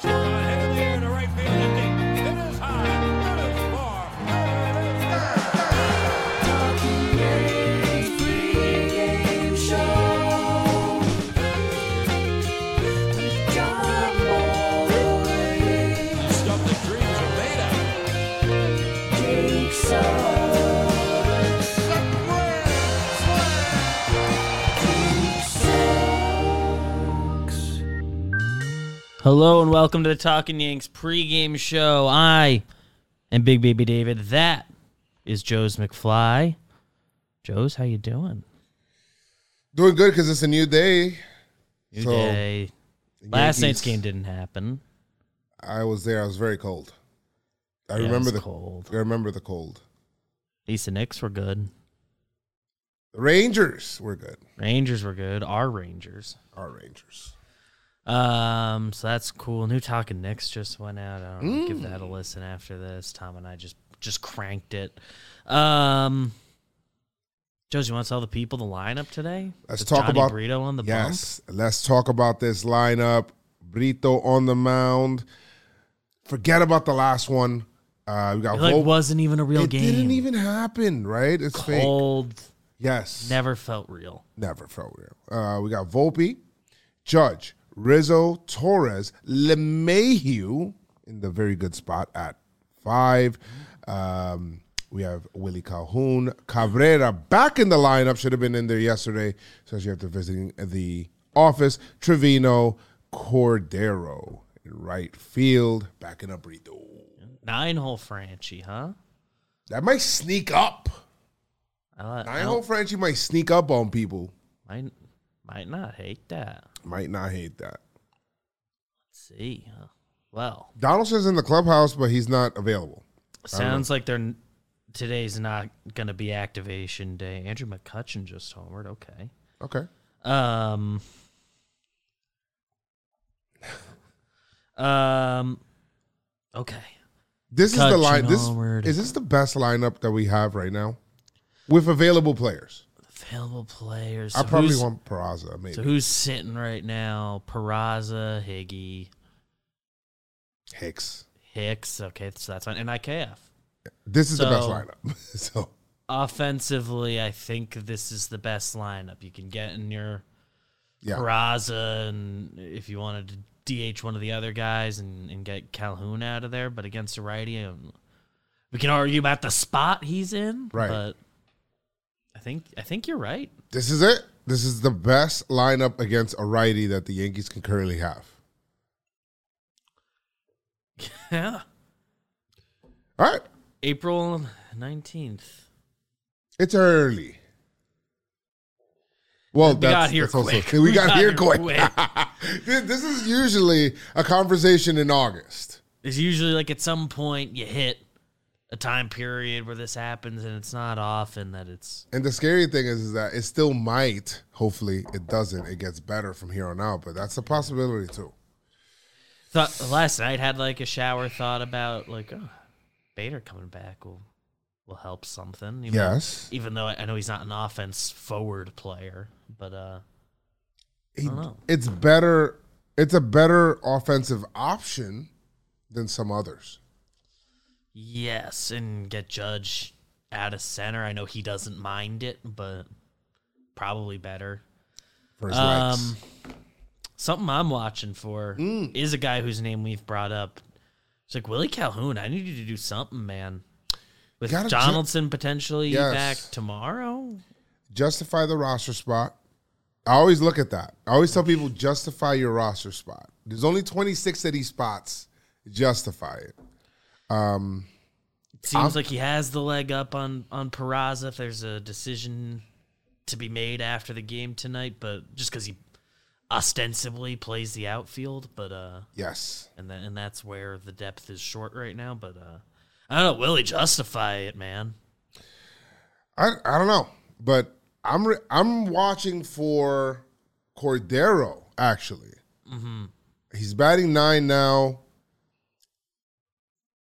She's got a head in the air to right field and deep. It is high. It is far. It is good. Stuff that dreams are made of. Hello and welcome to the Talking Yanks pregame show. I am Big Baby David. That is Joe's McFly. Joe's, how you doing? Doing good because it's a new day. New So, day. Last night's Yankees- game didn't happen. I was there. I was very cold. I Yeah, it remember was the cold. I remember the cold. At least the Knicks were good. The Rangers were good. Rangers were good. Our Rangers. Our Rangers. Um, so that's cool. New Talking Knicks just went out. I don't know, give that Mm. a listen after this. Tom and I just just cranked it. Um, Joe's, you want to tell the people the lineup today? Let's With talk Johnny about- Brito on the bump. Yes. Let's talk about this lineup. Brito on the mound. Forget about the last one. Uh, we got It like Volpe. wasn't even a real it game. didn't even happen, right? It's fake. cold. Yes. Never felt real. Never felt real. Uh, we got Volpe, Judge, Rizzo, Torres, LeMahieu in the very good spot at five. Um, we have Willie Calhoun, Cabrera back in the lineup. Should have been in there yesterday, especially after visiting the office. Trevino, Cordero in right field, back in Brito. Nine hole Franchi, huh? That might sneak up. I, li- I I don't- hope Frenchie might sneak up on people. might, might not hate that. Might not hate that. Let's see. huh? Well, Donaldson's in the clubhouse, but he's not available. sounds like they're n- today's not going to be activation day. Andrew McCutcheon just homered. Okay. Okay. Um. um. Okay. This is the line. This Cutchinard. is this the best lineup that we have right now with available players. Available players. I So probably who's- want Peraza. Maybe So who's sitting right now? Peraza, Higgy, Hicks. Hicks. Okay, so that's fine. And IKF. This is the best So- lineup. so Offensively, I think this is the best lineup you can get in your yeah, Peraza, and if you wanted to DH one of the other guys and, and get Calhoun out of there, but against a righty, um, we can argue about the spot he's in. Right. But I think I think you're right. this is it. This is the best lineup against a righty that the Yankees can currently have. Yeah. All right, April nineteenth. it's early. Well, We that's, got here that's also- quick. we, got, here quick. quick. This- this is usually a conversation in August. It's usually like at some point you hit a time period where this happens, and it's not often that it's And the scary thing is, is that it still might. Hopefully, it doesn't. It gets better from here on out, but that's a possibility too. thought last night had like a shower thought about like oh, Bader coming back will will help something. Even, Yes, Even though I I know he's not an offense forward player, but uh He- know. it's better. It's a better offensive option than some others. yes, and get Judge out of center. I know he doesn't mind it, but probably better. For his Um, legs, something I'm watching for Mm. is a guy whose name we've brought up. It's like Willie Calhoun. I need you to do something, man. With Gotta ju- Donaldson potentially Yes. back tomorrow. justify the roster spot. I always look at that. I always tell people justify your roster spot. There's only 26 of these spots. Justify it. It seems like he has the leg up on on Peraza. If there's a decision to be made after the game tonight, but just because he ostensibly plays the outfield, but uh, Yes. and then and that's where the depth is short right now. But uh, I don't know. Willie justify it, man? I I don't know, but I'm re- I'm watching for Cordero actually. Mm-hmm. He's batting nine now.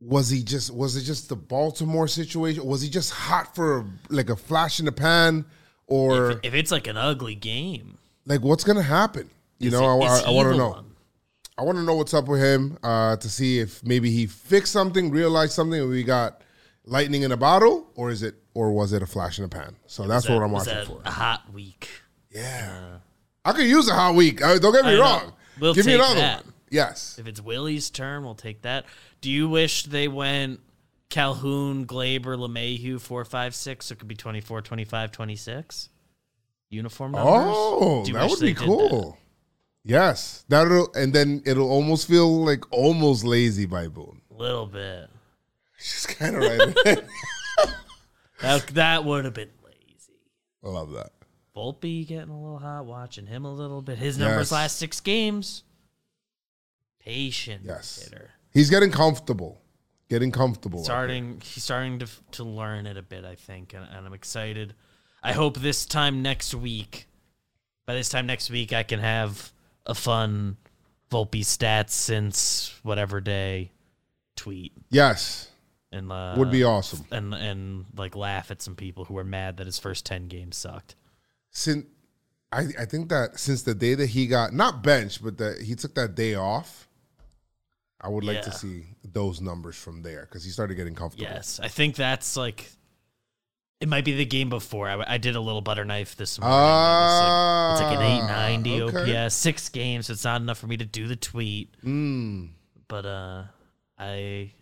Was he just was it just the Baltimore situation? Was he just hot for like a flash in the pan, or If, if it's like an ugly game, like what's gonna happen? You Is know, he- I- is I, he want to the know. one? I want to know what's up with him uh, to see if maybe he fixed something, realized something, and we got lightning in a bottle, or is it, or was it a flash in a pan? So that's what I'm was watching that for. A hot week. Yeah, I could use a hot week. Uh, don't get I me know. wrong. We'll Give me take another that. one. Yes. If it's Willie's turn, we'll take that. Do you wish they went Calhoun, Glaber, LeMahieu, 4, 5, 6? So it could be 24, 25, 26? Uniform numbers? Oh, Do you that wish would they be did that? cool. Yes, that'll and then it'll almost feel like almost lazy by Boone. little bit. She's kind of right. That, that would have been lazy. I love that. Volpe getting a little hot, watching him a little bit. His numbers Yes. last six games. Patient Yes. hitter. He's getting comfortable. Getting comfortable. starting he's starting to f- to learn it a bit i think and, and i'm excited i hope this time next week by this time next week i can have a fun volpe stats since whatever day tweet Yes. and uh, Would be awesome. and and like laugh at some people who were mad that his first 10 games sucked Since I, I think that since the day that he got not benched, but that he took that day off, I would like to Yeah. see those numbers from there because he started getting comfortable. yes i think that's like it might be the game before i, I did a little butter knife this morning Ah, It's like an 890 okay. OPS, six games. so It's not enough for me to do the tweet. Mm. But uh, I,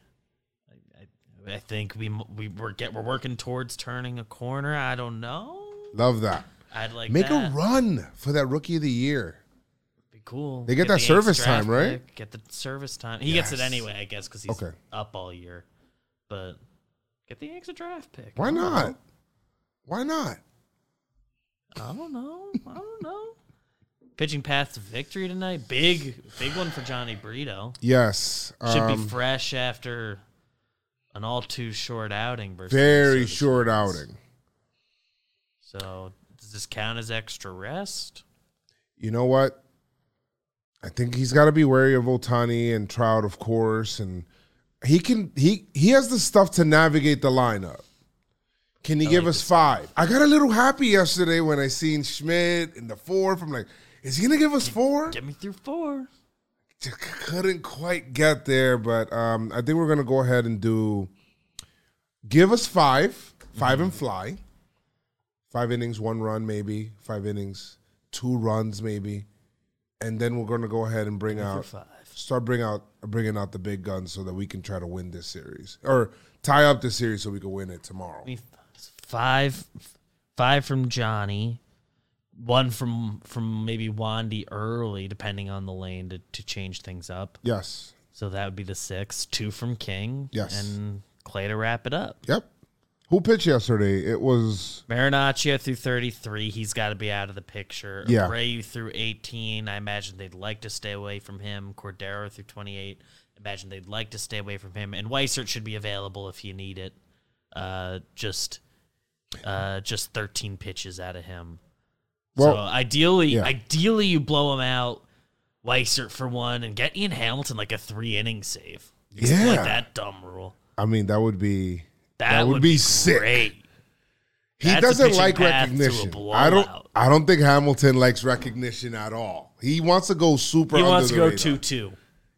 I, I think we m- we we're get we're working towards turning a corner. I don't know. Love that. I'd like Make that. a run for that rookie of the year. Be cool. They get that the eighth service draft time, right? pick, Get the service time. He gets it Yes. anyway, I guess, because he's Okay. up all year. But get the extra draft pick. I Why don't not? know. Why not? I don't know. I don't know. Pitching path to victory tonight. Big, big one for Johnny Brito. Yes. Should um, be fresh after an all too short outing versus very Minnesota short Twins. outing. So does this count as extra rest? you know what? I think he's got to be wary of Otani and Trout, of course, and he can he he has the stuff to navigate the lineup. Can he give us five? I got a little happy yesterday when I seen Schmidt in the fourth. I'm like, is he gonna give us four? Get me through four. Just c- couldn't quite get there, but um, I think we're gonna go ahead and do. Give us five, 5 and Mm-hmm. fly, five innings, one run maybe, five innings, two runs maybe, and then we're gonna go ahead and bring out Five. start bring out bringing out the big guns so that we can try to win this series or tie up the series so we can win it tomorrow. Give me Five, five from Johnny, one from from maybe Wandy early, depending on the lane to, to change things up. Yes. So that would be the six. Two from King. Yes. And Clay to wrap it up. Yep. Who pitched yesterday? It was Marinaccio through 33, he's got to be out of the picture. Yeah. Abreu through 18, I imagine they'd like to stay away from him. Cordero through 28, imagine they'd like to stay away from him. And Weissert should be available if you need it. Uh, just, uh, just 13 pitches out of him. well. so ideally, yeah. ideally you blow him out, Weissert for one, and get Ian Hamilton like a three inning save. yeah. Like that dumb rule. I mean, that would be That, would be sick. Great. He That's a doesn't pitching like path to a recognition. I don't. blowout. I don't think Hamilton likes recognition at all. He wants to go super. He under wants the to go radar. two two.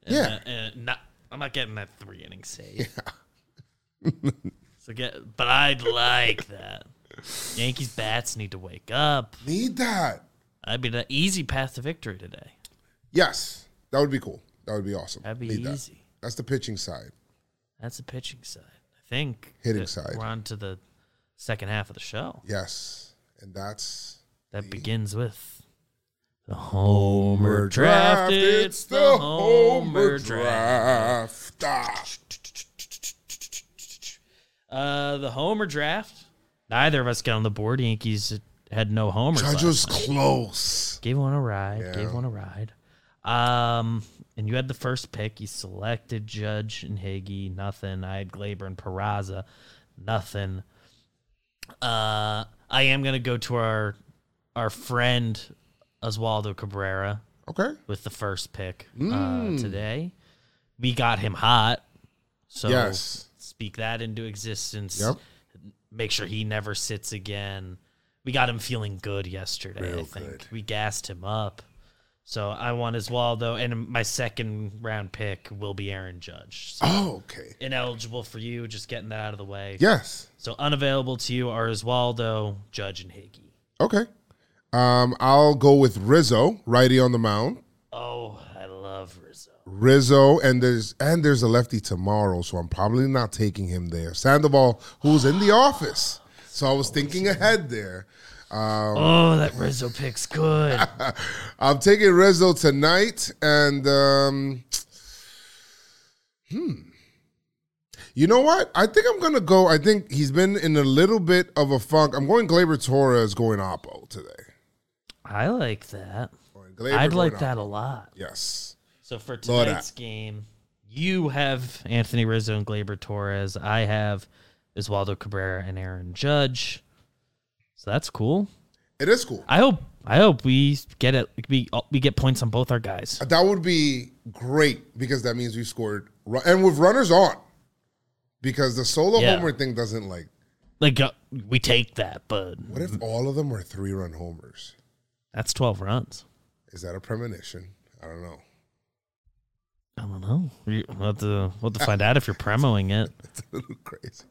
Yeah. not, I'm not getting that three inning save. so get, but I'd like that. Yankees bats need to wake up. Need that? I'd be the easy path to victory today. Yes, that would be cool. That would be awesome. That'd be Need that. easy. That's the pitching side. That's the pitching side. I think Hitting that side. We're on to the second half of the show Yes, and that's that begins with the homer draft. draft. It's the homer draft. draft. Ah. Uh, the homer draft. Neither of us got on the board. Yankees had no homers. Judge last was close. Gave one a ride. Yeah. Gave one a ride. Um, and you had the first pick. You selected Judge and Higgy. Nothing. I had Glaber and Peraza. Nothing. Uh, I am gonna go to our our friend Oswaldo Cabrera Okay. with the first pick Mm. uh, today. We got him hot. So Yes. speak that into existence. Yep. Make sure he never sits again. We got him feeling good yesterday, Real I think. good. We gassed him up. So I want Oswaldo, and my second round pick will be Aaron Judge. So Oh, okay. ineligible for you, just getting that out of the way. Yes. So unavailable to you are Oswaldo, Judge, and Higgy. Okay. Um, I'll go with Rizzo, righty on the mound. Oh, I love Rizzo. Rizzo, and there's and there's a lefty tomorrow, so I'm probably not taking him there. Sandoval, who's in the office, so I was thinking ahead there. Oh, that Rizzo pick's good. I'm taking Rizzo tonight, and um, hmm, you know what? I think I'm gonna go. I think he's been in a little bit of a funk. I'm going Glaber Torres, going Oppo today. I like that. Going Gleyber, I'd going like Oppo. that a lot. Yes. So for Love that. tonight's game, you have Anthony Rizzo and Glaber Torres. I have Oswaldo Cabrera and Aaron Judge. So that's cool. It is cool. I hope I hope we get it. We we get points on both our guys. That would be great because that means we scored ru- and with runners on, because the solo Yeah. homer thing doesn't like. Like uh, we take that, but What if all of them were three run homers? that's twelve runs. Is that a premonition? I don't know. I don't know. We- We'll have to we'll have to find out if you're premoing it. It's a little crazy.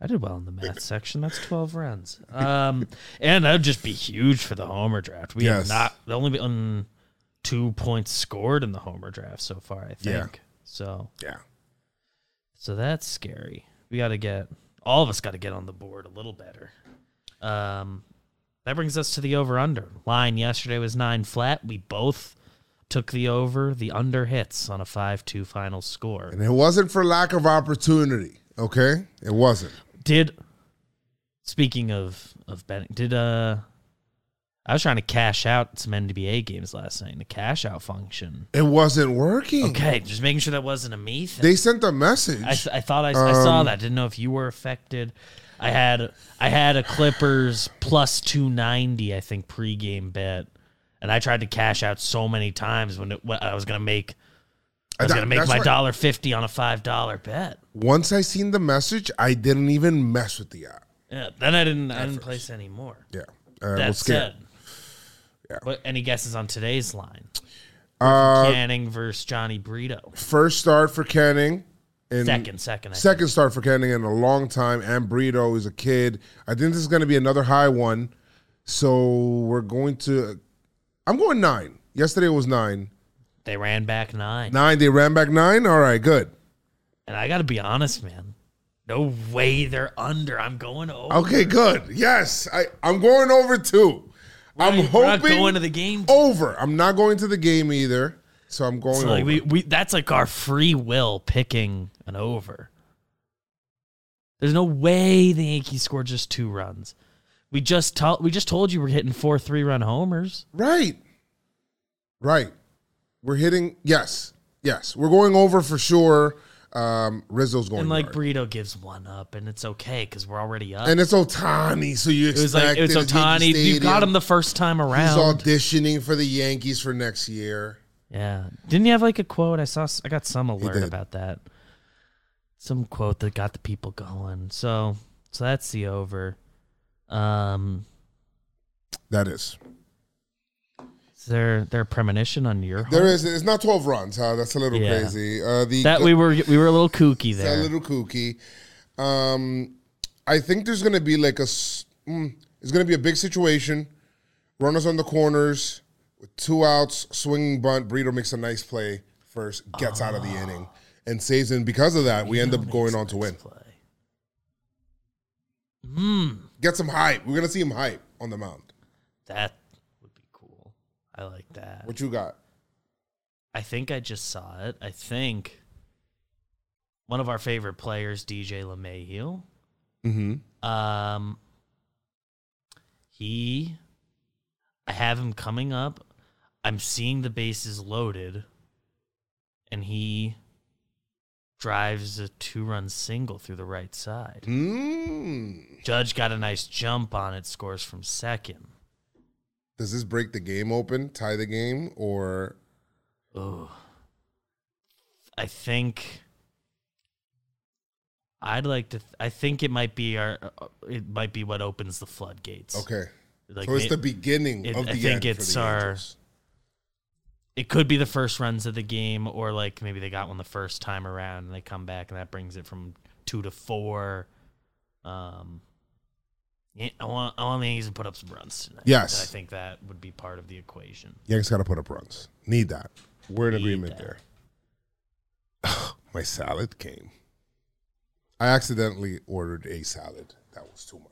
I did well in the math section. That's twelve runs. Um, and that'd just be huge for the homer draft. We have Yes. not the only on two points scored in the homer draft so far. I think Yeah. so. Yeah. So that's scary. We got to get all of us got to get on the board a little better. Um, that brings us to the over under line. Yesterday was nine flat. We both took the over. The under hits on a five two final score. And it wasn't for lack of opportunity. Okay, it wasn't. Did speaking of of betting, did uh, I was trying to cash out some NBA games last night. The cash out function. It wasn't working. Okay, just making sure that wasn't a me thing. They Um, sent a message. I, I thought I, I saw that. Didn't know if you were affected. I had I had a Clippers plus two ninety, I think, pregame bet, and I tried to cash out so many times when, it, when I was gonna make I was That- gonna make that's my why- dollar fifty on a five dollar bet. Once I seen the message, I didn't even mess with the app. Yeah, then I didn't I didn't place any more. Yeah, uh, That was scared. said, what any guesses on today's line? Uh, Canning versus Johnny Brito. first start for Canning. In Second, second, I think. Second start for Canning in a long time. And Brito is a kid. I think this is going to be another high one. So we're going to. I'm going nine. Yesterday was nine. They ran back nine. Nine. They ran back nine. All right, good. And I gotta be honest, man. No way they're under. I'm going over. Okay, good. Yes, I, I'm going over two. I'm We're hoping not going to the game. over. I'm not going to the game either. So I'm going So, over. like we, we that's like our free will picking an over. There's no way the Yankees score just two runs. We just told we just told you we're hitting four three run homers. Right. Right. We're hitting. Yes. Yes. We're going over for sure. Um, Rizzo's going And like yard. Burrito gives one up, and it's okay because we're already up. and it's Otani, so you Uh-huh. it was expect like it was Otani. You got him the first time He's around. auditioning for the Yankees for next year. yeah, didn't you have like a quote? I saw. s- I got some alert did. about that. Some quote that got the people going. So so that's the over. Um, That is. Is there there a premonition on your There heart? is. It's not twelve runs. Huh? That's a little Yeah. crazy. Uh, the that we were we were a little kooky It's a there. little kooky. Um, I think there's going to be like a s- mm, it's going to be a big situation. Runners on the corners with two outs, swinging bunt. Brito makes a nice play first, gets out of the Ah. inning, and saves. And because of that, we end up going on to win. Play. Hmm, Get some hype. We're going to see him hype on the mound. That would be cool. I like that. What you got? I think I just saw it. I think one of our favorite players, DJ LeMahieu, Mm-hmm. um, he, I have him coming up. I'm seeing the bases loaded, and he drives a two-run single through the right side. Hmm. Mm. Judge got a nice jump on it, scores from second. Does this break the game open, tie the game, or Ooh. I think I'd like to. I think it might be our. uh, It might be what opens the floodgates. okay? Like so it's may- the beginning it- of the I think end for it's the our- Angels. it could be the first runs of the game, or like maybe they got one the first time around and they come back and that brings it from two to four. Um, yeah, I want I want the Yankees to put up some runs tonight. Yes. I think that would be part of the equation. Yankees got to put up runs. Need that. We're in Need agreement that. there. My salad came. I accidentally ordered a salad. That was too much.